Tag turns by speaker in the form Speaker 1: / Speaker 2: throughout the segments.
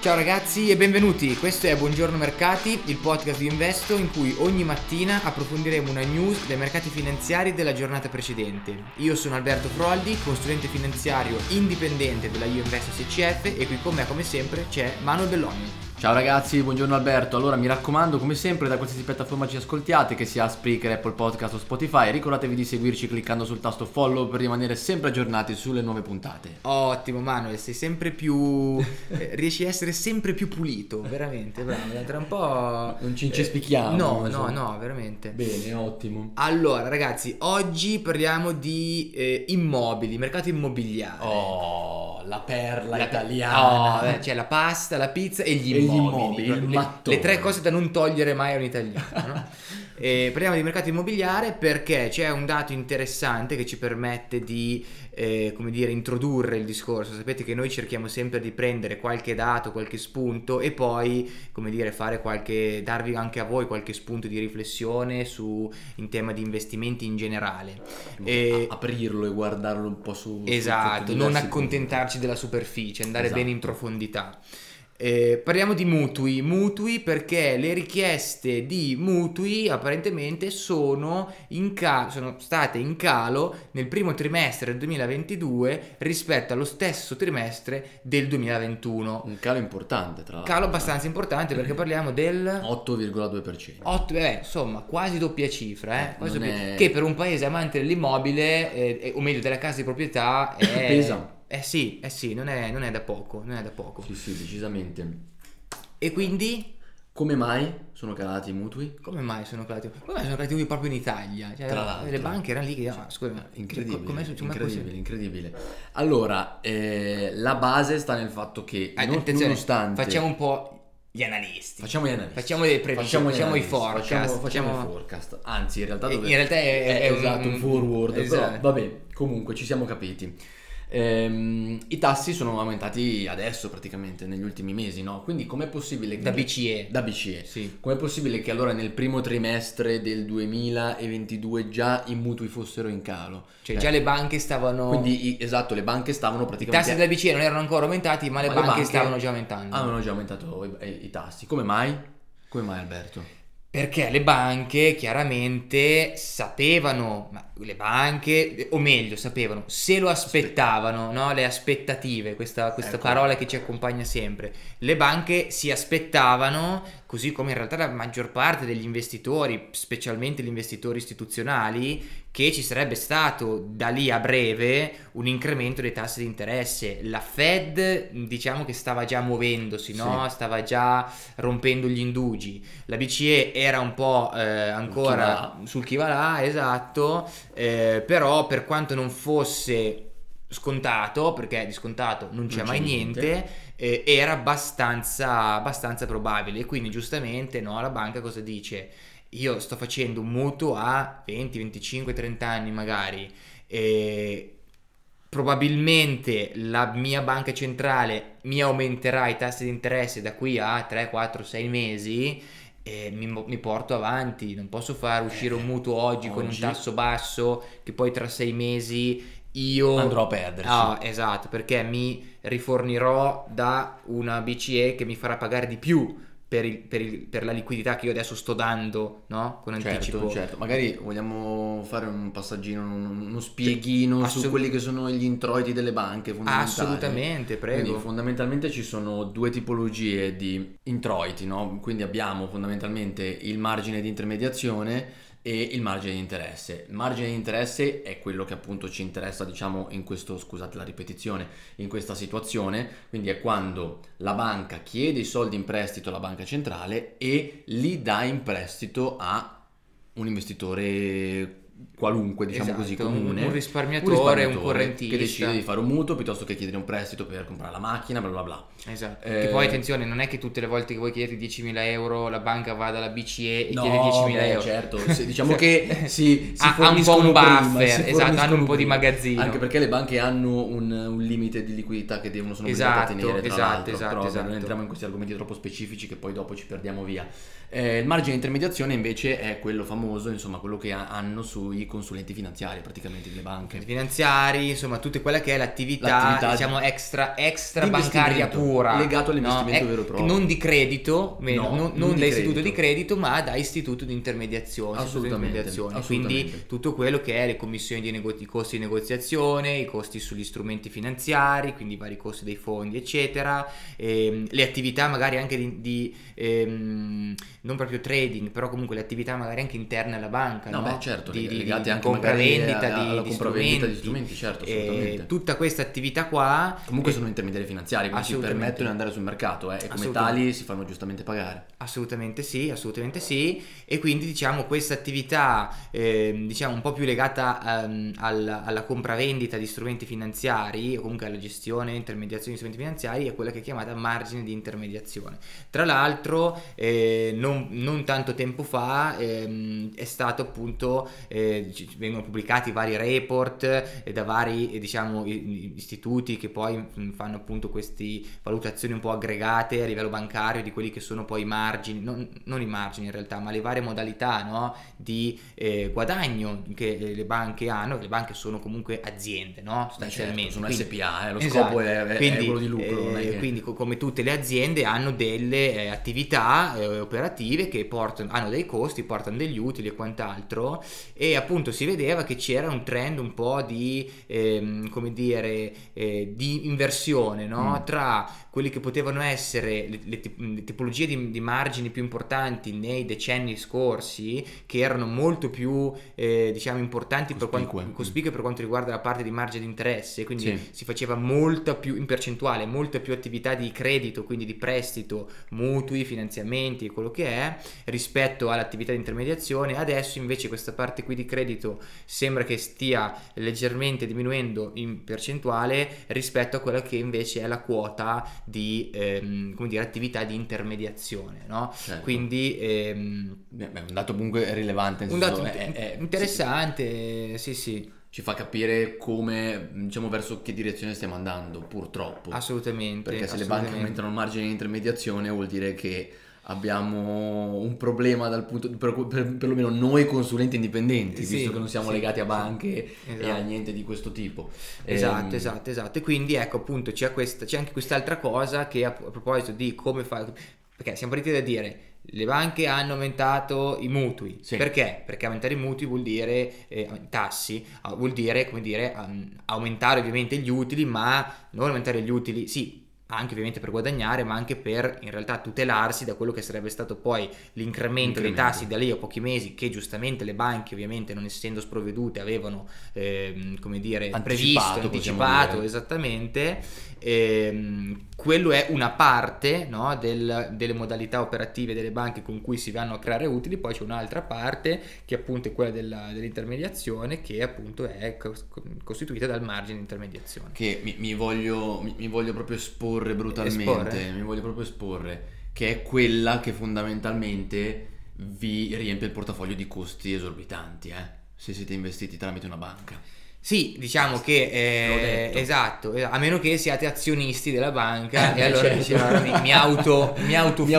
Speaker 1: Ciao ragazzi e benvenuti, questo è Buongiorno Mercati, il podcast di Investo in cui ogni mattina approfondiremo una news dai mercati finanziari della giornata precedente. Io sono Alberto Froldi, consulente finanziario indipendente della Io Investo SCF e qui con me come sempre c'è Manuel Belloni.
Speaker 2: Ciao ragazzi, buongiorno Alberto. Allora mi raccomando, come sempre, da qualsiasi piattaforma ci ascoltiate, che sia Spreaker, Apple Podcast o Spotify, ricordatevi di seguirci cliccando sul tasto follow per rimanere sempre aggiornati sulle nuove puntate.
Speaker 1: Ottimo Manuel, sei sempre più... eh, riesci a essere sempre più pulito, veramente, bravo, tra un po'...
Speaker 2: Non ci incespichiamo,
Speaker 1: Eh, No, no,
Speaker 2: insomma.
Speaker 1: no, veramente.
Speaker 2: Bene, ottimo.
Speaker 1: Allora ragazzi, oggi parliamo di eh, immobili, mercato immobiliare.
Speaker 2: Oh, la perla
Speaker 1: La-
Speaker 2: italiana.
Speaker 1: Oh, beh, c'è la pasta, la pizza e gli
Speaker 2: E gli
Speaker 1: immobili.
Speaker 2: immobili, il
Speaker 1: Le- le,
Speaker 2: mattone.
Speaker 1: tre cose da non togliere mai a un italiano. no? Eh, parliamo di mercato immobiliare perché c'è un dato interessante che ci permette di eh, come dire, introdurre il discorso. Sapete che noi cerchiamo sempre di prendere qualche dato, qualche spunto e poi come dire, fare qualche, darvi anche a voi qualche spunto di riflessione su, in tema di investimenti in generale.
Speaker 2: Ah,
Speaker 1: eh,
Speaker 2: A- aprirlo e guardarlo un po' su... su
Speaker 1: Esatto,
Speaker 2: tutti i
Speaker 1: non
Speaker 2: diversi
Speaker 1: accontentarci della superficie, andare
Speaker 2: Esatto.
Speaker 1: bene in profondità. Eh, parliamo di mutui, mutui perché le richieste di mutui apparentemente sono, in ca- sono state in calo nel primo trimestre del 2022 rispetto allo stesso trimestre del 2021.
Speaker 2: punti. Un calo importante, tra l'altro.
Speaker 1: Calo abbastanza importante perché parliamo del
Speaker 2: 8,2%.
Speaker 1: 8, eh, insomma, quasi doppia cifra, eh? Quasi
Speaker 2: non
Speaker 1: doppia-
Speaker 2: è-
Speaker 1: che per un paese amante dell'immobile, eh, eh, o meglio della casa di proprietà, è...
Speaker 2: Pesa.
Speaker 1: Eh sì, eh sì, non è, non è da poco, non è da poco.
Speaker 2: Sì, sì, decisamente.
Speaker 1: E quindi,
Speaker 2: Come mai sono calati i mutui?
Speaker 1: come mai sono calati? Come mai sono calati lui proprio in Italia? Cioè,
Speaker 2: Tra l'altro.
Speaker 1: le banche erano lì che... ah, scusa, ma-
Speaker 2: Incredibile,
Speaker 1: cioè, co- com'è successo? Com'è
Speaker 2: incredibile, incredibile. Allora, eh, la base sta nel fatto che
Speaker 1: possibile? Eh,
Speaker 2: non-
Speaker 1: attenzione,
Speaker 2: nonostante
Speaker 1: facciamo un po' gli analisti.
Speaker 2: facciamo gli analisti.
Speaker 1: Facciamo le previsioni, facciamo
Speaker 2: gli
Speaker 1: i
Speaker 2: analisti,
Speaker 1: forecast,
Speaker 2: Facciamo, facciamo
Speaker 1: facciamo-
Speaker 2: i forecast. Anzi, in realtà
Speaker 1: Eh,
Speaker 2: dove-
Speaker 1: in realtà è- è un-
Speaker 2: esatto, un, forward,
Speaker 1: esatto.
Speaker 2: però vabbè, comunque ci siamo capiti. Ehm, I tassi sono aumentati adesso praticamente, negli ultimi mesi, no? Quindi com'è possibile che...
Speaker 1: Da BCE.
Speaker 2: Da BCE.
Speaker 1: Sì.
Speaker 2: Com'è possibile che allora nel primo trimestre del 2022 già i mutui fossero in calo?
Speaker 1: Cioè, già le banche stavano...
Speaker 2: Eh. Quindi i- esatto, le banche stavano
Speaker 1: I
Speaker 2: praticamente
Speaker 1: tassi della BCE non erano ancora aumentati, ma le,
Speaker 2: ma
Speaker 1: banche, stavano già aumentando.
Speaker 2: Avevano già aumentato i, i- i tassi. Come mai? Come mai Alberto?
Speaker 1: Perché le banche chiaramente sapevano, ma le banche, o meglio, sapevano, se lo aspettavano, no? le aspettative, questa, questa
Speaker 2: Ecco.
Speaker 1: parola che ci accompagna sempre, le banche si aspettavano, così come in realtà la maggior parte degli investitori, specialmente gli investitori istituzionali, che ci sarebbe stato da lì a breve un incremento dei tassi di interesse. La Fed diciamo che stava già muovendosi, no? stava già rompendo gli indugi la BCE era un po' eh, ancora sul chi va là, esatto, eh, però per quanto non fosse scontato, perché di scontato non c'è
Speaker 2: c'è
Speaker 1: mai niente,
Speaker 2: niente.
Speaker 1: eh, era abbastanza, abbastanza probabile. E quindi giustamente no, la banca cosa dice? Io sto facendo un mutuo a 20, 25, 30 anni magari. E probabilmente la mia banca centrale mi aumenterà i tassi di interesse da qui a 3, 4, 6 mesi e mi, mi porto avanti, non posso far uscire un mutuo oggi, con un
Speaker 2: oggi.
Speaker 1: tasso basso che poi tra 6 mesi io
Speaker 2: Andrò a perderci.
Speaker 1: Oh. Ah, esatto, perché mi rifornirò da una BCE che mi farà pagare di più per, il- per il- per la liquidità che io adesso sto dando, no? Con anticipo.
Speaker 2: Certo, certo. Magari vogliamo fare un passaggino, un- uno spieghino
Speaker 1: Cioè, Assolut-
Speaker 2: su quelli che sono gli introiti delle banche fondamentali.
Speaker 1: Assolutamente, prego.
Speaker 2: Quindi fondamentalmente ci sono due tipologie di introiti, no? Quindi abbiamo fondamentalmente il margine di intermediazione e il margine di interesse. Il margine di interesse è quello che appunto ci interessa, diciamo, in questo, scusate la ripetizione, in questa situazione, quindi è quando la banca chiede i soldi in prestito alla banca centrale e li dà in prestito a un investitore qualunque, diciamo
Speaker 1: Esatto,
Speaker 2: così,
Speaker 1: un-
Speaker 2: comune.
Speaker 1: un risparmiatore, un correntista.
Speaker 2: Che decide di fare un mutuo piuttosto che chiedere un prestito per comprare la macchina, bla bla bla.
Speaker 1: Esatto.
Speaker 2: Eh,
Speaker 1: che poi attenzione, non è che tutte le volte che voi chiedete 10.000 euro la banca va dalla BCE e
Speaker 2: No,
Speaker 1: chiede 10.000
Speaker 2: beh,
Speaker 1: euro.
Speaker 2: certo, se- diciamo che si, si
Speaker 1: Ha- ha un po'
Speaker 2: forniscono
Speaker 1: un
Speaker 2: prima,
Speaker 1: buffer,
Speaker 2: si
Speaker 1: esatto,
Speaker 2: forniscono
Speaker 1: hanno un po' di
Speaker 2: prima.
Speaker 1: magazzino.
Speaker 2: Anche perché le banche hanno un, un limite di liquidità che devono sono obbligate a
Speaker 1: Esatto,
Speaker 2: tenere, tra
Speaker 1: esatto,
Speaker 2: l'altro.
Speaker 1: esatto,
Speaker 2: Però
Speaker 1: esatto.
Speaker 2: non entriamo in questi argomenti troppo specifici che poi dopo ci perdiamo via. Eh, il margine di intermediazione invece è quello famoso, insomma, quello che ha- hanno sui consulenti finanziari praticamente delle banche.
Speaker 1: finanziari, insomma, tutta quella che è l'attività,
Speaker 2: L'attività
Speaker 1: diciamo extra, extra
Speaker 2: di
Speaker 1: bancaria
Speaker 2: investimento,
Speaker 1: pura
Speaker 2: legato all'investimento
Speaker 1: Eh,
Speaker 2: vero e proprio.
Speaker 1: Non di credito, me-
Speaker 2: No,
Speaker 1: non,
Speaker 2: non
Speaker 1: non
Speaker 2: di
Speaker 1: da istituto di
Speaker 2: credito.
Speaker 1: credito, ma da istituto di intermediazione. istituto di
Speaker 2: Assolutamente,
Speaker 1: intermediazione.
Speaker 2: assolutamente.
Speaker 1: Quindi tutto quello che è le commissioni di nego- i costi di negoziazione, i costi sugli strumenti finanziari, quindi i vari costi dei fondi, eccetera, ehm, le attività magari anche di, di, ehm, non proprio trading, però comunque le attività magari anche interne alla banca,
Speaker 2: No,
Speaker 1: no?
Speaker 2: beh, certo,
Speaker 1: di, di-
Speaker 2: legate
Speaker 1: di
Speaker 2: anche
Speaker 1: compravendita
Speaker 2: magari a-
Speaker 1: di,
Speaker 2: alla
Speaker 1: di
Speaker 2: compravendita di
Speaker 1: strumenti.
Speaker 2: strumenti, certo,
Speaker 1: Eh,
Speaker 2: assolutamente.
Speaker 1: tutta questa attività qua
Speaker 2: Comunque
Speaker 1: eh,
Speaker 2: sono intermediari finanziari, quindi ci
Speaker 1: assolutamente.
Speaker 2: permettono di andare sul mercato eh, e come
Speaker 1: Assolutamente.
Speaker 2: tali si fanno giustamente pagare.
Speaker 1: Assolutamente sì, assolutamente sì. E quindi diciamo questa attività, ehm, diciamo un po' più legata ehm, alla, alla compravendita di strumenti finanziari, o comunque alla gestione e intermediazione di strumenti finanziari, è quella che è chiamata margine di intermediazione. Tra l'altro, eh, non, non tanto tempo fa ehm, è stato appunto, eh, ci- vengono pubblicati vari report eh, da vari eh, diciamo, i- istituti che poi mm, fanno appunto questi valutazioni un po' aggregate a livello bancario di quelli che sono poi i margini, non, non i margini in realtà, ma le varie modalità no, di eh, guadagno che eh, le banche hanno, che le banche sono comunque aziende, no?
Speaker 2: Certo,
Speaker 1: Sostanzialmente.
Speaker 2: sono
Speaker 1: Quindi-
Speaker 2: SPA, eh, lo
Speaker 1: Esatto.
Speaker 2: scopo è, è- è
Speaker 1: Quindi,
Speaker 2: quello di lucro. non è
Speaker 1: eh,
Speaker 2: che-
Speaker 1: Quindi, co- come tutte le aziende, hanno delle eh, attività eh, operative che portano, hanno dei costi, portano degli utili e quant'altro. E appunto si vedeva che c'era un trend un po' di, ehm, come dire, eh, di inversione no?
Speaker 2: Mm.
Speaker 1: tra quelli che potevano essere le, le tip- le tipologie di, di margini più importanti nei decenni scorsi, che erano molto più, eh, diciamo, importanti per
Speaker 2: Cospicue.
Speaker 1: quanto, cospicue per quanto riguarda la parte di margine di interesse, quindi
Speaker 2: Sì.
Speaker 1: si faceva molta più in percentuale, molta più attività di credito, quindi di prestito, mutui, finanziamenti, quello che è, rispetto all'attività di intermediazione. Adesso invece questa parte qui di credito sembra che stia leggermente diminuendo in percentuale rispetto a quella che invece è la quota di ehm, come dire, attività di intermediazione, no?
Speaker 2: Certo.
Speaker 1: Quindi ehm,
Speaker 2: Beh, beh, un dato comunque rilevante. nel
Speaker 1: un
Speaker 2: senso,
Speaker 1: dato
Speaker 2: è-
Speaker 1: int-
Speaker 2: è-
Speaker 1: interessante, sì, sì.
Speaker 2: ci- Ci fa capire come, diciamo, verso che direzione stiamo andando, purtroppo.
Speaker 1: Assolutamente.
Speaker 2: Perché se le banche
Speaker 1: assolutamente.
Speaker 2: aumentano il margine di intermediazione vuol dire che abbiamo un problema dal punto per, per- perlomeno noi consulenti indipendenti,
Speaker 1: Eh Sì,
Speaker 2: visto che non siamo
Speaker 1: sì,
Speaker 2: legati a
Speaker 1: sì.
Speaker 2: banche e a
Speaker 1: Esatto.
Speaker 2: niente di questo tipo.
Speaker 1: Esatto,
Speaker 2: Ehm,
Speaker 1: esatto, esatto. E quindi ecco appunto c'è, questa, c'è anche quest'altra cosa che a, a proposito di come fare... Perché siamo partiti da dire le banche hanno aumentato i mutui.
Speaker 2: Sì.
Speaker 1: Perché? Perché aumentare i mutui vuol dire eh, tassi, ah, vuol dire, come dire, am- aumentare ovviamente gli utili, ma non aumentare gli utili, sì, anche ovviamente per guadagnare, ma anche per in realtà tutelarsi da quello che sarebbe stato poi l'incremento dei
Speaker 2: Incremento.
Speaker 1: tassi da lì a pochi mesi, che giustamente le banche ovviamente non essendo sprovvedute avevano, ehm, come dire,
Speaker 2: Anticipato,
Speaker 1: previsto,
Speaker 2: possiamo
Speaker 1: anticipato
Speaker 2: dire.
Speaker 1: esattamente. Ehm, quello è una parte no, del- delle modalità operative delle banche con cui si vanno a creare utili, poi c'è un'altra parte che appunto è quella della- dell'intermediazione che appunto è cos- costituita dal margine di intermediazione.
Speaker 2: che mi, mi voglio, mi, mi voglio proprio esporre brutalmente,
Speaker 1: Esporre?
Speaker 2: mi voglio proprio esporre, che è quella che fondamentalmente vi riempie il portafoglio di costi esorbitanti, eh, se siete investiti tramite una banca.
Speaker 1: Sì, diciamo che eh,
Speaker 2: detto.
Speaker 1: esatto, eh, a meno che siate azionisti della banca e
Speaker 2: Eh,
Speaker 1: allora
Speaker 2: certo.
Speaker 1: dici, "Guarda, mi, mi auto, mi
Speaker 2: Mi
Speaker 1: autofinanzio,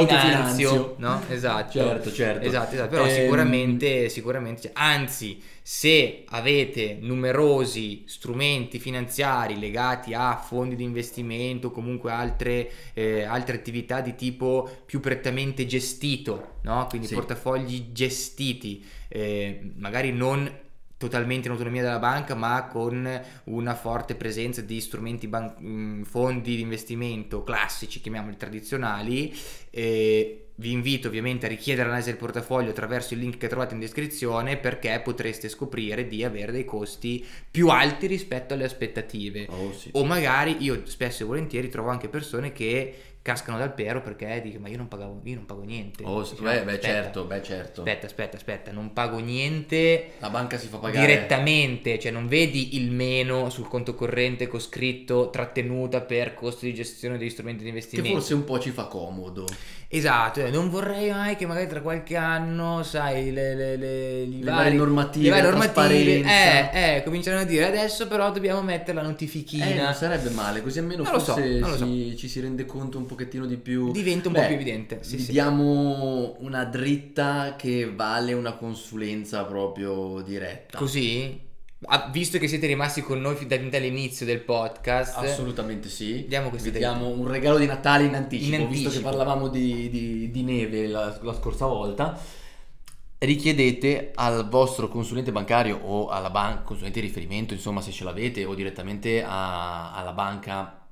Speaker 2: autofinanzio.
Speaker 1: no? Esatto.
Speaker 2: Certo, certo.
Speaker 1: Esatto, esatto, però
Speaker 2: Ehm,
Speaker 1: sicuramente, sicuramente, c'è. anzi, se avete numerosi strumenti finanziari legati a fondi di investimento o comunque altre, eh, altre attività di tipo più prettamente gestito, no? Quindi
Speaker 2: Sì.
Speaker 1: portafogli gestiti, eh, magari non totalmente in autonomia della banca, ma con una forte presenza di strumenti, ban- mh, fondi di investimento classici, chiamiamoli tradizionali. eh, vi invito ovviamente a richiedere l'analisi del portafoglio attraverso il link che trovate in descrizione perché potreste scoprire di avere dei costi più alti rispetto alle aspettative.
Speaker 2: Oh, sì.
Speaker 1: O magari io spesso e volentieri trovo anche persone che cascano dal pero perché dicono ma io non, pagavo, io non pago niente.
Speaker 2: Oh, sì,
Speaker 1: Dici, "No,
Speaker 2: beh, beh,
Speaker 1: aspetta,
Speaker 2: certo, beh, certo.
Speaker 1: Aspetta, aspetta, aspetta, non pago niente
Speaker 2: La banca si fa pagare.
Speaker 1: direttamente, cioè non vedi il meno sul conto corrente con scritto trattenuta per costi di gestione degli strumenti di
Speaker 2: Che
Speaker 1: investimento.
Speaker 2: forse un po' ci fa comodo.
Speaker 1: Esatto, eh, non vorrei mai che magari tra qualche anno, sai, le, le, le, i
Speaker 2: Le
Speaker 1: vari-
Speaker 2: varie normative,
Speaker 1: le varie
Speaker 2: la
Speaker 1: normative
Speaker 2: trasparenza.
Speaker 1: eh, eh, cominciano a dire adesso però dobbiamo mettere la
Speaker 2: Eh,
Speaker 1: notifichina.
Speaker 2: non sarebbe male, così almeno
Speaker 1: Non lo so,
Speaker 2: forse
Speaker 1: non lo so.
Speaker 2: si- ci si rende conto un pochettino di più.
Speaker 1: Diventa un po'
Speaker 2: Beh,
Speaker 1: più evidente. Sì,
Speaker 2: gli
Speaker 1: sì.
Speaker 2: diamo una dritta che vale una consulenza proprio diretta.
Speaker 1: Così? Ah, visto che siete rimasti con noi fin da- fin dall'inizio del podcast,
Speaker 2: Assolutamente sì.
Speaker 1: Diamo questa
Speaker 2: Vi
Speaker 1: dritta.
Speaker 2: diamo un regalo di Natale in anticipo,
Speaker 1: In
Speaker 2: visto che
Speaker 1: anticipo.
Speaker 2: parlavamo di, di- di neve la, la scorsa volta. Richiedete al vostro consulente bancario o alla banca, consulente di riferimento, insomma, se ce l'avete, o direttamente a- alla banca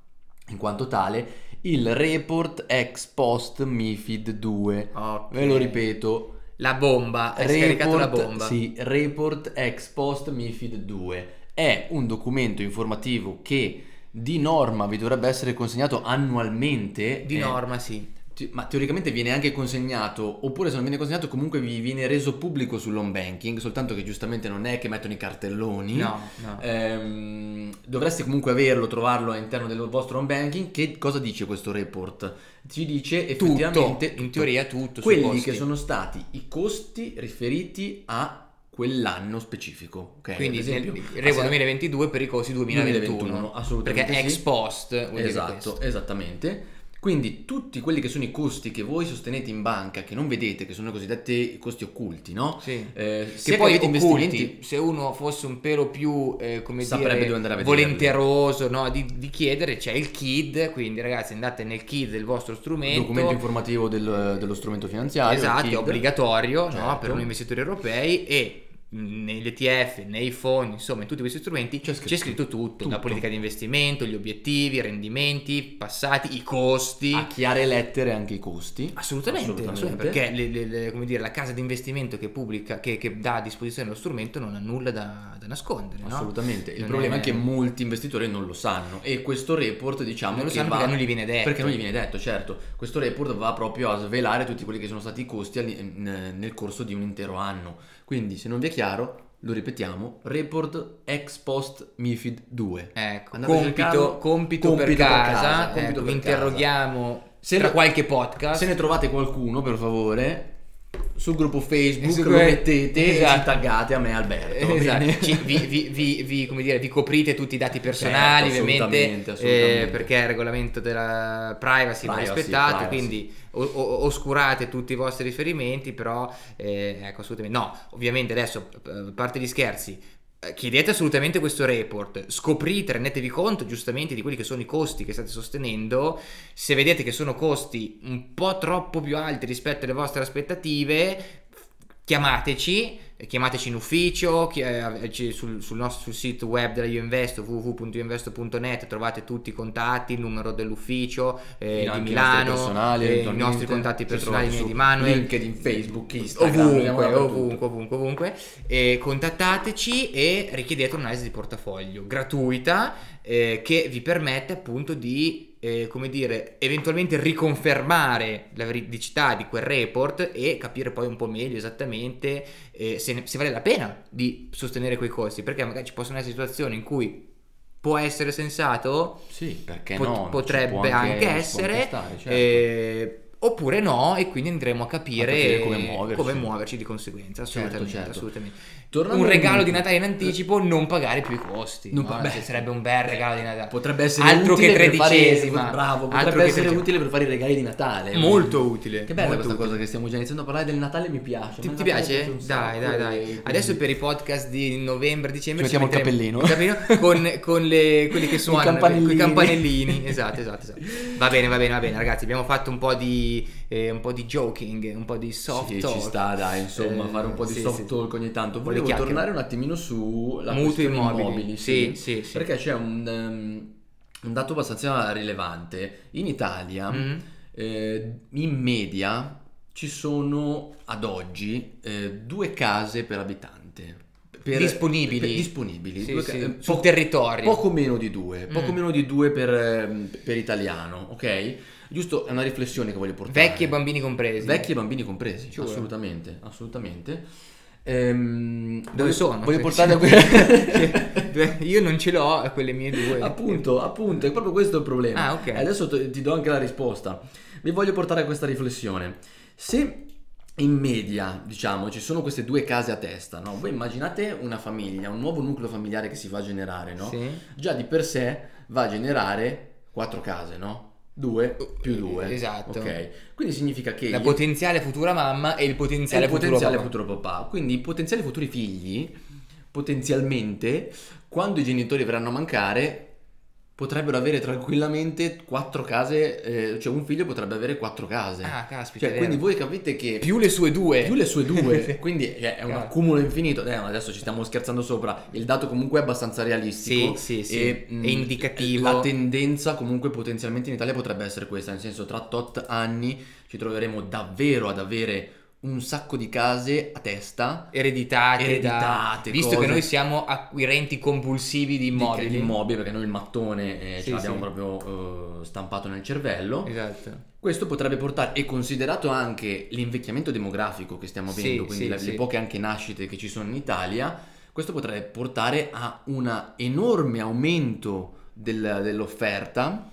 Speaker 2: in quanto tale, il report ex post MIFID 2.
Speaker 1: Ok.
Speaker 2: Ve lo ripeto,
Speaker 1: la bomba, hai scaricato la bomba.
Speaker 2: sì, Report Ex Post MIFID 2 è un documento informativo che di norma vi dovrebbe essere consegnato annualmente.
Speaker 1: Di
Speaker 2: eh,
Speaker 1: norma, sì.
Speaker 2: te- ma teoricamente viene anche consegnato, oppure se non viene consegnato comunque vi viene reso pubblico sull'home banking, soltanto che giustamente non è che mettono i cartelloni.
Speaker 1: No, no.
Speaker 2: Eh, Ehm, dovreste comunque averlo, trovarlo all'interno del vostro home banking. Che cosa dice questo report? Ci dice effettivamente
Speaker 1: Tutto, in teoria tutto, sui
Speaker 2: quelli
Speaker 1: costi.
Speaker 2: che sono stati i costi riferiti a quell'anno specifico. ok?
Speaker 1: Quindi
Speaker 2: Ad esempio,
Speaker 1: nel- il
Speaker 2: a
Speaker 1: regola
Speaker 2: se-
Speaker 1: 2022 per i costi 2021,
Speaker 2: 2021, ah, assolutamente
Speaker 1: perché ex
Speaker 2: sì.
Speaker 1: post vuol dire questo.
Speaker 2: Esatto, esattamente. Quindi tutti quelli che sono i costi che voi sostenete in banca, che non vedete, che sono i cosiddetti costi occulti, no?
Speaker 1: Sì.
Speaker 2: Eh,
Speaker 1: Che
Speaker 2: sia
Speaker 1: poi
Speaker 2: avete
Speaker 1: occulti, se uno fosse un pelo più, eh, come
Speaker 2: Saprebbe
Speaker 1: dire,
Speaker 2: dove andare a vederli.
Speaker 1: volenteroso no, di, di chiedere, c'è il KID, quindi ragazzi andate nel KID del vostro strumento.
Speaker 2: documento informativo del- dello strumento finanziario.
Speaker 1: Esatto,
Speaker 2: il
Speaker 1: è
Speaker 2: KID.
Speaker 1: obbligatorio no,
Speaker 2: Certo.
Speaker 1: per gli investitori europei e mh, negli ETF, nei fondi, insomma in tutti questi strumenti c'è
Speaker 2: C'è
Speaker 1: scritto,
Speaker 2: scritto
Speaker 1: tutto,
Speaker 2: tutto.
Speaker 1: la politica di investimento, gli obiettivi, i rendimenti, passati, i costi.
Speaker 2: A chiare lettere anche i costi.
Speaker 1: Assolutamente, assolutamente, perché le- le- le- come dire, la casa di investimento che pubblica, che, che dà a disposizione lo strumento non ha nulla da, da nascondere. no?
Speaker 2: Assolutamente. Il
Speaker 1: Non
Speaker 2: problema è che molti investitori non lo sanno e questo report diciamo
Speaker 1: Non lo
Speaker 2: che
Speaker 1: sanno
Speaker 2: va-
Speaker 1: perché non gli viene detto.
Speaker 2: Perché non gli viene detto, certo. Questo report va proprio a svelare tutti quelli che sono stati i costi al- n- nel corso di un intero anno. Quindi se non vi è chiaro, lo ripetiamo, report ex post MIFID 2.
Speaker 1: Ecco,
Speaker 2: Andate a
Speaker 1: compito,
Speaker 2: cercarlo.
Speaker 1: compito per
Speaker 2: Compito per
Speaker 1: casa,
Speaker 2: casa,
Speaker 1: ecco,
Speaker 2: compito
Speaker 1: vi
Speaker 2: per casa.
Speaker 1: interroghiamo
Speaker 2: Se
Speaker 1: tra
Speaker 2: ne-
Speaker 1: qualche podcast.
Speaker 2: Se ne trovate qualcuno, per favore, sul gruppo Facebook
Speaker 1: Su
Speaker 2: lo
Speaker 1: que-
Speaker 2: mettete
Speaker 1: Esatto.
Speaker 2: e ci taggate a me e Alberto. va
Speaker 1: Esatto,
Speaker 2: Certo, bene?
Speaker 1: ci- vi, vi- vi- vi- come dire, vi coprite tutti i dati personali
Speaker 2: Certo,
Speaker 1: ovviamente
Speaker 2: assolutamente, assolutamente.
Speaker 1: eh, perché il regolamento della privacy va
Speaker 2: Privacy,
Speaker 1: rispettato
Speaker 2: privacy.
Speaker 1: quindi o- o- oscurate tutti i vostri riferimenti però eh, ecco assolutamente no ovviamente adesso eh, a parte gli scherzi eh, Chiedete assolutamente questo report, scoprite, rendetevi conto giustamente di quelli che sono i costi che state sostenendo. Se vedete che sono costi un po' troppo più alti rispetto alle vostre aspettative, chiamateci, eh, chiamateci in ufficio, chi- eh, ci- sul, sul nostro sul sito web della Uinvest www.uinvest.net trovate tutti i contatti, il numero dell'ufficio eh,
Speaker 2: Anche i
Speaker 1: di
Speaker 2: nostri
Speaker 1: Milano,
Speaker 2: personali,
Speaker 1: eh, i
Speaker 2: eventualmente.
Speaker 1: nostri contatti
Speaker 2: Ci
Speaker 1: personali
Speaker 2: trovate
Speaker 1: miei
Speaker 2: su
Speaker 1: di Manuel,
Speaker 2: LinkedIn, Facebook, Instagram, andiamo
Speaker 1: ovunque,
Speaker 2: dappertutto.
Speaker 1: ovunque, ovunque, ovunque. E contattateci e richiedete un'analisi di portafoglio gratuita eh, che vi permette appunto di, eh, come dire, eventualmente riconfermare la veridicità di quel report e capire poi un po' meglio esattamente eh, se, ne- se vale la pena di sostenere quei costi, perché magari ci possono essere situazioni in cui può essere sensato
Speaker 2: Sì, perché
Speaker 1: Pot-
Speaker 2: no? ci
Speaker 1: potrebbe
Speaker 2: può
Speaker 1: anche,
Speaker 2: ci può
Speaker 1: essere
Speaker 2: anche stare, certo.
Speaker 1: eh, oppure no e quindi andremo a capire,
Speaker 2: A capire come muoverci.
Speaker 1: come muoverci di conseguenza assolutamente,
Speaker 2: certo.
Speaker 1: assolutamente.
Speaker 2: Tornando
Speaker 1: un
Speaker 2: al
Speaker 1: regalo
Speaker 2: punto.
Speaker 1: di Natale in anticipo non pagare più i costi
Speaker 2: Non
Speaker 1: no?
Speaker 2: pa- beh,
Speaker 1: Cioè, sarebbe un bel regalo di Natale
Speaker 2: Potrebbe essere
Speaker 1: altro
Speaker 2: utile
Speaker 1: che
Speaker 2: per fare-
Speaker 1: tredicesima
Speaker 2: bravo, potrebbe
Speaker 1: altro che
Speaker 2: essere
Speaker 1: tredicesima.
Speaker 2: utile per fare i regali di Natale.
Speaker 1: Molto utile,
Speaker 2: Che bella
Speaker 1: molto
Speaker 2: questa cosa
Speaker 1: utile.
Speaker 2: che stiamo già iniziando a parlare del Natale, mi piace.
Speaker 1: Ti,
Speaker 2: Ma
Speaker 1: ti
Speaker 2: il Natale
Speaker 1: piace?
Speaker 2: un
Speaker 1: Dai,
Speaker 2: sacco,
Speaker 1: dai,
Speaker 2: e
Speaker 1: dai.
Speaker 2: quindi-
Speaker 1: Adesso per i podcast di novembre, dicembre
Speaker 2: Ci mettiamo il
Speaker 1: metteremo
Speaker 2: cappellino.
Speaker 1: il cappellino con, con le- quelli che
Speaker 2: I
Speaker 1: suonano, con i
Speaker 2: campanellini.
Speaker 1: campanellini. Esatto, esatto, esatto. Va bene, va bene, va bene, ragazzi. Abbiamo fatto un po' di, eh, un po' di joking, un po' di soft
Speaker 2: Sì,
Speaker 1: talk.
Speaker 2: ci sta, dai, insomma,
Speaker 1: Eh,
Speaker 2: fare un po' di
Speaker 1: sì,
Speaker 2: soft
Speaker 1: sì.
Speaker 2: talk ogni tanto.
Speaker 1: Un po' di
Speaker 2: Volevo
Speaker 1: chiacchiere.
Speaker 2: tornare un attimino sulla
Speaker 1: Mutui
Speaker 2: questione
Speaker 1: immobili.
Speaker 2: immobili,
Speaker 1: Sì, sì, sì.
Speaker 2: Perché c'è un, ehm, un dato abbastanza rilevante. In Italia,
Speaker 1: Mhm.
Speaker 2: eh, in media, ci sono ad oggi eh, due case per abitante. Per-
Speaker 1: Disponibili.
Speaker 2: per- disponibili.
Speaker 1: Sì,
Speaker 2: Due
Speaker 1: sì.
Speaker 2: ca- eh,
Speaker 1: Sul
Speaker 2: po-
Speaker 1: territorio.
Speaker 2: Poco meno di due. Poco
Speaker 1: Mm.
Speaker 2: meno di due per, ehm, per italiano, ok? Giusto, è una riflessione che voglio portare.
Speaker 1: Vecchi e bambini compresi.
Speaker 2: Vecchi e bambini compresi,
Speaker 1: Giuro.
Speaker 2: assolutamente, assolutamente. Ehm,
Speaker 1: Dove
Speaker 2: voglio-
Speaker 1: sono?
Speaker 2: Voglio
Speaker 1: Sì,
Speaker 2: portare
Speaker 1: sì.
Speaker 2: a que-
Speaker 1: Due- Io non ce l'ho, quelle mie due.
Speaker 2: appunto, appunto, è proprio questo il problema.
Speaker 1: Ah, ok.
Speaker 2: E Adesso t- ti do anche la risposta. Vi voglio portare a questa riflessione. Se in media, diciamo, ci sono queste due case a testa, no? Voi immaginate una famiglia, un nuovo nucleo familiare che si va a generare, no?
Speaker 1: Sì.
Speaker 2: Già di per sé va a generare quattro case, no? Due più due.
Speaker 1: Esatto.
Speaker 2: Ok. Quindi significa che
Speaker 1: La
Speaker 2: gli-
Speaker 1: potenziale futura mamma e il
Speaker 2: è
Speaker 1: potenziale
Speaker 2: il
Speaker 1: futuro
Speaker 2: potenziale
Speaker 1: papà.
Speaker 2: futuro papà. Quindi i potenziali futuri figli, potenzialmente, quando i genitori verranno a mancare, potrebbero avere tranquillamente quattro case, eh, cioè un figlio potrebbe avere quattro case.
Speaker 1: Ah, caspita, è
Speaker 2: Cioè,
Speaker 1: vero.
Speaker 2: quindi voi capite che
Speaker 1: Più le sue due.
Speaker 2: più le sue
Speaker 1: Sì.
Speaker 2: due, quindi cioè, è un
Speaker 1: Chiaro.
Speaker 2: accumulo infinito. Eh, ma adesso ci stiamo scherzando sopra. Il dato comunque è abbastanza realistico.
Speaker 1: Sì, sì, sì.
Speaker 2: E, mm,
Speaker 1: È indicativo.
Speaker 2: La tendenza comunque potenzialmente in Italia potrebbe essere questa, nel senso tra tot anni ci troveremo davvero ad avere un sacco di case a testa
Speaker 1: ereditate, da-
Speaker 2: Ereditate,
Speaker 1: visto
Speaker 2: cose.
Speaker 1: che noi siamo acquirenti compulsivi di immobili.
Speaker 2: di immobili perché noi il mattone eh,
Speaker 1: Sì,
Speaker 2: ce l'abbiamo
Speaker 1: sì.
Speaker 2: proprio eh, stampato nel cervello.
Speaker 1: Esatto.
Speaker 2: Questo potrebbe portare, e considerato anche l'invecchiamento demografico che stiamo
Speaker 1: Sì,
Speaker 2: avendo, quindi
Speaker 1: sì,
Speaker 2: la-
Speaker 1: sì.
Speaker 2: le poche anche nascite che ci sono in Italia, questo potrebbe portare a un enorme aumento del- dell'offerta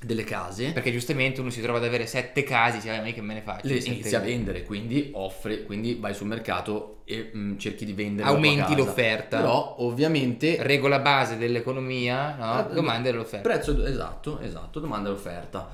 Speaker 2: delle case.
Speaker 1: Perché giustamente uno si trova ad avere sette casi, cioè, ma io che me ne faccio?
Speaker 2: le
Speaker 1: Sette
Speaker 2: inizia a
Speaker 1: casi.
Speaker 2: vendere, quindi offre, quindi vai sul mercato e mm, cerchi di vendere. la tua
Speaker 1: Aumenti
Speaker 2: casa.
Speaker 1: l'offerta.
Speaker 2: Però ovviamente
Speaker 1: Regola base dell'economia, no?
Speaker 2: Eh,
Speaker 1: Ah, Domanda e l'offerta.
Speaker 2: Prezzo, esatto, esatto, domanda e offerta.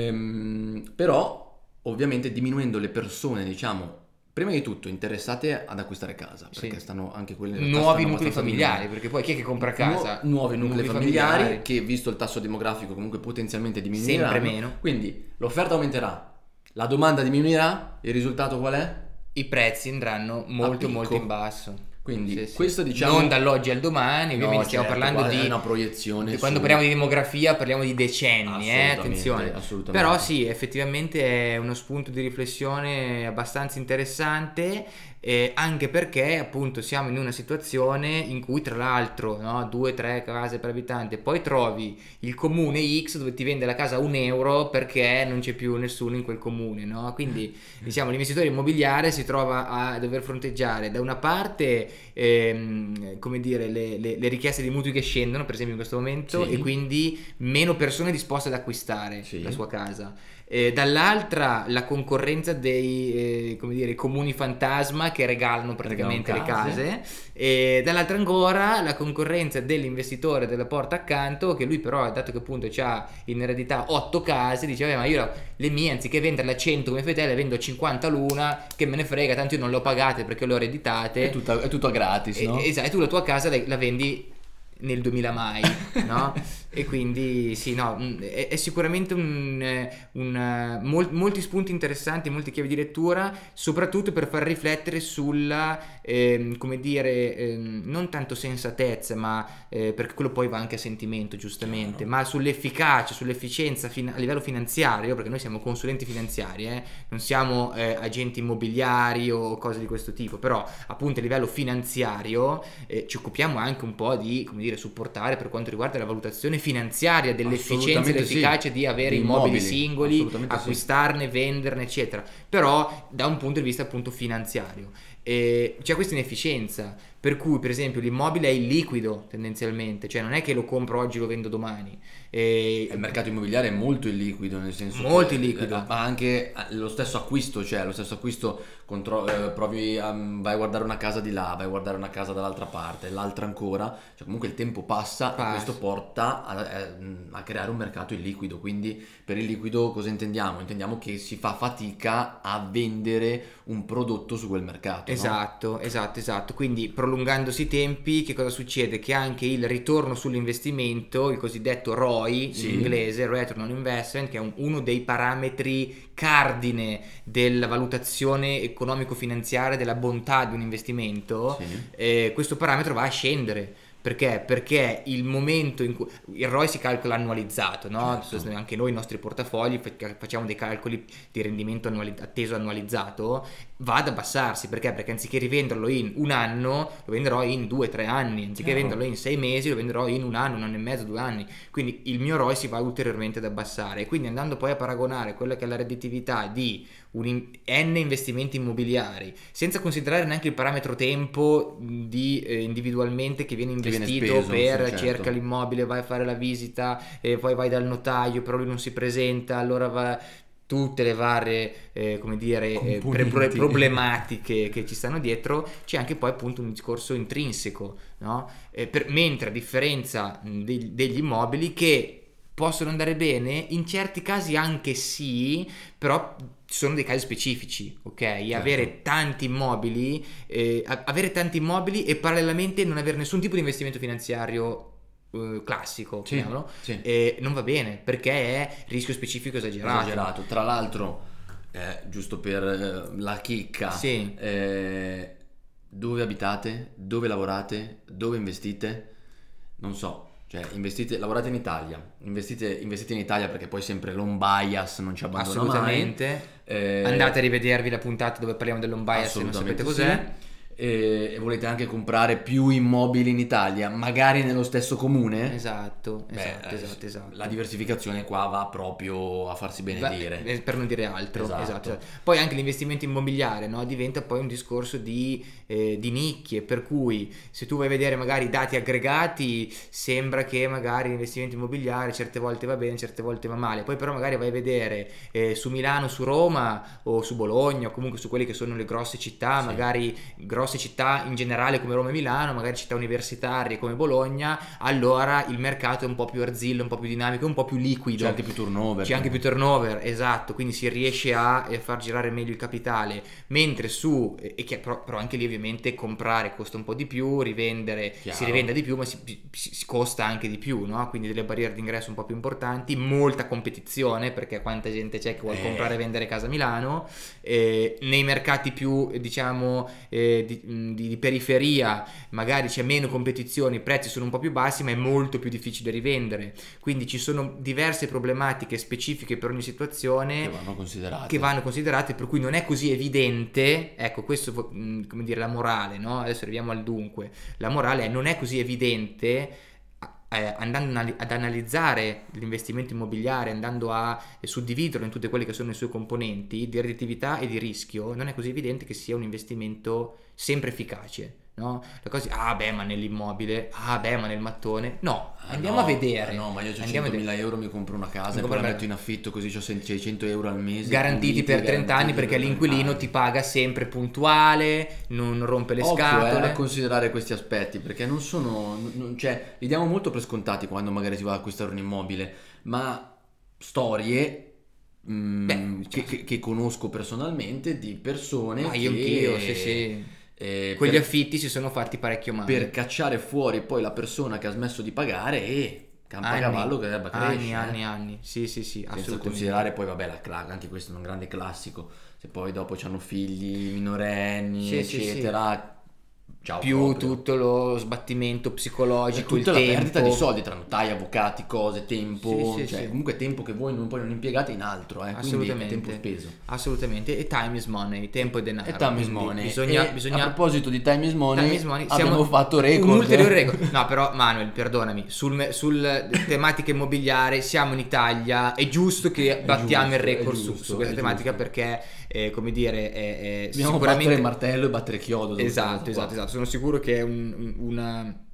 Speaker 2: Ehm, però, ovviamente, diminuendo le persone, diciamo, prima di tutto interessate ad acquistare casa,
Speaker 1: Sì.
Speaker 2: perché stanno anche quelle... in realtà
Speaker 1: Nuovi
Speaker 2: stanno
Speaker 1: nuclei
Speaker 2: abbastanza
Speaker 1: familiari,
Speaker 2: diminuendo.
Speaker 1: perché poi chi è che compra casa?
Speaker 2: Nu- nuovi nuclei familiari,
Speaker 1: familiari.
Speaker 2: che visto il tasso demografico comunque potenzialmente diminuirà.
Speaker 1: Sempre meno.
Speaker 2: Quindi l'offerta aumenterà, la domanda diminuirà, il risultato qual è?
Speaker 1: I prezzi andranno molto
Speaker 2: picco.
Speaker 1: molto in basso.
Speaker 2: Quindi,
Speaker 1: Sì, sì.
Speaker 2: questo, diciamo-
Speaker 1: non dall'oggi al domani, ovviamente
Speaker 2: No,
Speaker 1: stiamo
Speaker 2: certo,
Speaker 1: parlando
Speaker 2: qua
Speaker 1: di
Speaker 2: è una proiezione
Speaker 1: di- Quando
Speaker 2: su-
Speaker 1: parliamo di demografia parliamo di decenni, eh,
Speaker 2: Assolutamente,
Speaker 1: attenzione.
Speaker 2: assolutamente.
Speaker 1: Però sì, effettivamente è uno spunto di riflessione abbastanza interessante, eh, anche perché appunto siamo in una situazione in cui tra l'altro no, due, tre case per abitante, poi trovi il comune X dove ti vende la casa a un euro perché non c'è più nessuno in quel comune, no? Quindi diciamo l'investitore immobiliare si trova a dover fronteggiare da una parte ehm, come dire le, le- le richieste di mutui che scendono per esempio in questo momento
Speaker 2: Sì.
Speaker 1: e quindi meno persone disposte ad acquistare
Speaker 2: Sì.
Speaker 1: la sua casa Eh, dall'altra la concorrenza dei eh, come dire, comuni fantasma che regalano praticamente
Speaker 2: Regalano
Speaker 1: le
Speaker 2: case.
Speaker 1: case e dall'altra ancora la concorrenza dell'investitore della porta accanto che lui però dato che appunto ha in eredità 8 case dice "Vabbè, ma io le mie anziché venderle a 100 come fai te le vendo a 50 l'una che me ne frega tanto io non le ho pagate perché le ho ereditate
Speaker 2: È, tutta- è tutto a gratis, no?
Speaker 1: e, esatto, e tu la tua casa la, la vendi nel 2000 mai, no? e quindi sì, no, mm, è, è sicuramente un, eh, un, eh, mol- molti spunti interessanti, molte chiavi di lettura, soprattutto per far riflettere sulla, ehm, come dire, ehm, non tanto sensatezza, ma eh, perché quello poi va anche a sentimento, giustamente, ma sull'efficacia, sull'efficienza fin- a livello finanziario, perché noi siamo consulenti finanziari, eh, non siamo eh, agenti immobiliari o cose di questo tipo, però appunto a livello finanziario eh, ci occupiamo anche un po' di come dire, supportare per quanto riguarda la valutazione finanziaria dell'efficienza e
Speaker 2: Assolutamente sì.
Speaker 1: l'efficacia di avere
Speaker 2: Di
Speaker 1: immobili,
Speaker 2: immobili,
Speaker 1: singoli,
Speaker 2: assolutamente sì.
Speaker 1: acquistarne, venderne, eccetera, però da un punto di vista appunto finanziario. E c'è questa inefficienza, per cui per esempio l'immobile è illiquido tendenzialmente, cioè non è che lo compro oggi e lo vendo domani, E E-
Speaker 2: Il mercato immobiliare è molto illiquido, nel senso
Speaker 1: Molto
Speaker 2: che-
Speaker 1: illiquido.
Speaker 2: ma anche eh, lo stesso acquisto, cioè lo stesso acquisto contro- eh, provi a, vai a guardare una casa di là, vai a guardare una casa dall'altra parte, l'altra ancora, cioè comunque il tempo passa,
Speaker 1: Passa.
Speaker 2: e questo porta a, eh, a creare un mercato illiquido, quindi per illiquido cosa intendiamo? Intendiamo che si fa fatica a vendere un prodotto su quel mercato. no?
Speaker 1: Esatto, esatto, esatto. Quindi prolungandosi i tempi, che cosa succede? Che anche il ritorno sull'investimento, il cosiddetto ROI
Speaker 2: Sì.
Speaker 1: in inglese, Return on Investment, che è un- uno dei parametri cardine della valutazione economico-finanziaria della bontà di un investimento,
Speaker 2: Sì.
Speaker 1: eh, questo parametro va a scendere. Perché? Perché il momento in cui il ROI si calcola annualizzato, no?
Speaker 2: Certo.
Speaker 1: Anche noi i nostri portafogli fa- facciamo dei calcoli di rendimento annuali- atteso annualizzato, va ad abbassarsi perché? Perché anziché rivenderlo in un anno, lo venderò in due, tre anni, anziché
Speaker 2: Chiaro.
Speaker 1: venderlo in sei mesi, lo venderò in un anno, un anno e mezzo, due anni. Quindi il mio ROI si va ulteriormente ad abbassare. Quindi andando poi a paragonare quella che è la redditività di un in- N investimenti immobiliari, senza considerare neanche il parametro tempo di, eh, individualmente che viene
Speaker 2: Che viene
Speaker 1: investito
Speaker 2: speso,
Speaker 1: per
Speaker 2: sì, certo.
Speaker 1: cerca l'immobile, vai a fare la visita e poi vai dal notaio, però lui non si presenta, allora va tutte le varie eh, come dire eh, pre- pre-
Speaker 2: Componenti.
Speaker 1: problematiche che ci stanno dietro c'è anche poi appunto un discorso intrinseco no? Eh, per- mentre a differenza mh, degli- degli immobili che possono andare bene in certi casi anche sì però ci sono dei casi specifici ok
Speaker 2: Certo.
Speaker 1: avere tanti immobili eh, a- avere tanti immobili e parallelamente non avere nessun tipo di investimento finanziario eh, classico
Speaker 2: Sì,
Speaker 1: chiamiamolo,
Speaker 2: sì.
Speaker 1: eh, non va bene perché è rischio specifico esagerato,
Speaker 2: esagerato. Tra l'altro, eh, giusto per eh, la chicca,
Speaker 1: Sì.
Speaker 2: eh, dove abitate, dove lavorate, dove investite? Non so. Cioè, investite, lavorate in Italia, investite, investite in Italia perché poi sempre l'on bias non ci abbandona mai.
Speaker 1: assolutamente
Speaker 2: Eh,
Speaker 1: andate a rivedervi la puntata dove parliamo dell'on-bias se non sapete
Speaker 2: Assolutamente
Speaker 1: cos'è
Speaker 2: sì. Eh, E, e volete anche comprare più immobili in Italia, magari nello stesso comune?
Speaker 1: esatto
Speaker 2: Beh,
Speaker 1: esatto
Speaker 2: eh,
Speaker 1: esatto, esatto.
Speaker 2: La diversificazione qua va proprio a farsi benedire.
Speaker 1: Va- eh, Per non dire altro,
Speaker 2: Esatto.
Speaker 1: esatto. esatto. Poi anche l'investimento immobiliare no? diventa poi un discorso di, eh, di nicchie, per cui se tu vai a vedere magari i dati aggregati sembra che magari l'investimento immobiliare certe volte va bene, certe volte va male, poi però magari vai a vedere eh, su Milano, su Roma o su Bologna o comunque su quelle che sono le grosse città,
Speaker 2: Sì.
Speaker 1: magari grosse città in generale come Roma e Milano, magari città universitarie come Bologna, allora il mercato è un po' più arzillo, un po' più dinamico, un po' più liquido.
Speaker 2: C'è anche più turnover.
Speaker 1: C'è Cioè, anche più turnover, esatto, quindi si riesce a eh, far girare meglio il capitale, mentre su, eh, e e che- però, però anche lì ovviamente comprare costa un po' di più, rivendere
Speaker 2: Chiaro.
Speaker 1: si rivende di più, ma si, si- si costa anche di più, no? quindi delle barriere d'ingresso un po' più importanti, molta competizione, perché quanta gente c'è che vuole
Speaker 2: Eh.
Speaker 1: comprare e vendere casa a Milano, eh, nei mercati più eh, diciamo eh, di, mh, di- di periferia magari c'è meno competizione, i prezzi sono un po' più bassi, ma è molto più difficile rivendere. Quindi ci sono diverse problematiche specifiche per ogni
Speaker 2: che
Speaker 1: situazione
Speaker 2: vanno considerate.
Speaker 1: eh, che vanno considerate, per cui non è così evidente, ecco, questo vo- mh, come dire la morale, no? Adesso arriviamo al dunque. La morale è non è così evidente eh, andando anali- ad analizzare l'investimento immobiliare, andando a suddividerlo in tutte quelle che sono le sue componenti di redditività e di rischio, non è così evidente che sia un investimento sempre efficace. No? La cosa ah beh ma nell'immobile, ah beh ma nel mattone, no,
Speaker 2: Ah,
Speaker 1: andiamo
Speaker 2: no,
Speaker 1: a vedere.
Speaker 2: ah, No, ma io ho
Speaker 1: Andiamo a
Speaker 2: 100.000
Speaker 1: vedere.
Speaker 2: euro, mi compro una casa
Speaker 1: Mi
Speaker 2: e poi
Speaker 1: compro
Speaker 2: la
Speaker 1: una-
Speaker 2: metto in affitto così ho 600 euro al mese.
Speaker 1: garantiti per 30 anni perché l'inquilino ti paga sempre puntuale, non rompe le
Speaker 2: Ovvio,
Speaker 1: scatole.
Speaker 2: eh, a considerare questi aspetti perché non sono, non- cioè, li diamo molto per scontati quando magari si va ad acquistare un immobile, ma storie mm,
Speaker 1: Beh,
Speaker 2: che, che- che conosco personalmente di persone
Speaker 1: Ah, io
Speaker 2: che
Speaker 1: anch'io, sì, sì.
Speaker 2: eh,
Speaker 1: Quegli
Speaker 2: per-
Speaker 1: affitti si sono fatti parecchio male.
Speaker 2: per cacciare fuori poi la persona che ha smesso di pagare e campa a
Speaker 1: anni,
Speaker 2: cavallo che erba cresce
Speaker 1: anni,
Speaker 2: eh.
Speaker 1: anni, anni. Sì, sì, sì,
Speaker 2: senza
Speaker 1: assolutamente.
Speaker 2: considerare poi vabbè la cla- anche questo è un grande classico se poi dopo hanno figli minorenni
Speaker 1: Sì, sì,
Speaker 2: eccetera ciao
Speaker 1: più
Speaker 2: proprio.
Speaker 1: tutto lo sbattimento
Speaker 2: Cioè,
Speaker 1: psicologico,
Speaker 2: tutta
Speaker 1: il
Speaker 2: la
Speaker 1: tempo.
Speaker 2: perdita di soldi tra notai, avvocati, cose, tempo,
Speaker 1: Sì, sì,
Speaker 2: cioè
Speaker 1: sì.
Speaker 2: comunque tempo che voi non, poi non impiegate in altro, eh, quindi è
Speaker 1: Assolutamente.
Speaker 2: tempo speso.
Speaker 1: Assolutamente. E time is money, tempo e denaro.
Speaker 2: E time is
Speaker 1: Quindi
Speaker 2: money.
Speaker 1: Bisogna,
Speaker 2: E
Speaker 1: bisogna
Speaker 2: A proposito di time is money,
Speaker 1: Time is money,
Speaker 2: abbiamo fatto record.
Speaker 1: Eh, Un ulteriore record. No, però, Manuel, perdonami. Sul, me- sul tematica immobiliare siamo in Italia. È giusto che
Speaker 2: È
Speaker 1: battiamo
Speaker 2: giusto,
Speaker 1: il record
Speaker 2: è
Speaker 1: su-
Speaker 2: giusto,
Speaker 1: su, questa
Speaker 2: è
Speaker 1: tematica
Speaker 2: giusto.
Speaker 1: perché, eh, come dire, è, è
Speaker 2: Dobbiamo battere
Speaker 1: sicuramente.
Speaker 2: martello e battere chiodo. su questa
Speaker 1: Esatto,
Speaker 2: cosa qua.
Speaker 1: esatto, esatto. Sono sicuro che è un- un- una,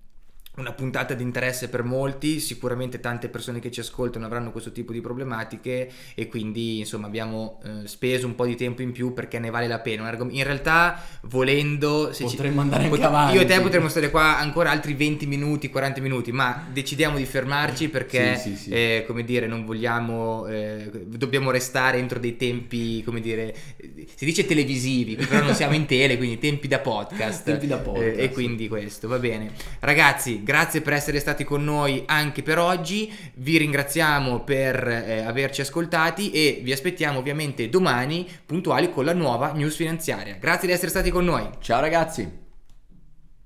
Speaker 1: una puntata di interesse per molti, sicuramente tante persone che ci ascoltano avranno questo tipo di problematiche e quindi insomma abbiamo eh, speso un po' di tempo in più perché ne vale la pena. Un argom- in realtà volendo se ci-
Speaker 2: Potremmo andare anche
Speaker 1: pot-
Speaker 2: avanti.
Speaker 1: Io e te potremmo stare qua ancora altri 20 minuti, 40 minuti, ma decidiamo di fermarci perché
Speaker 2: Sì, sì, sì.
Speaker 1: eh, come dire non vogliamo eh, dobbiamo restare entro dei tempi, come dire, eh, si dice televisivi, però non siamo in tele, quindi tempi da podcast.
Speaker 2: Tempi da podcast.
Speaker 1: Eh, e quindi questo, va bene. Ragazzi, grazie per essere stati con noi anche per oggi. Vi ringraziamo per eh, averci ascoltati e vi aspettiamo ovviamente domani puntuali con la nuova news finanziaria. Grazie di essere stati con noi.
Speaker 2: Ciao ragazzi!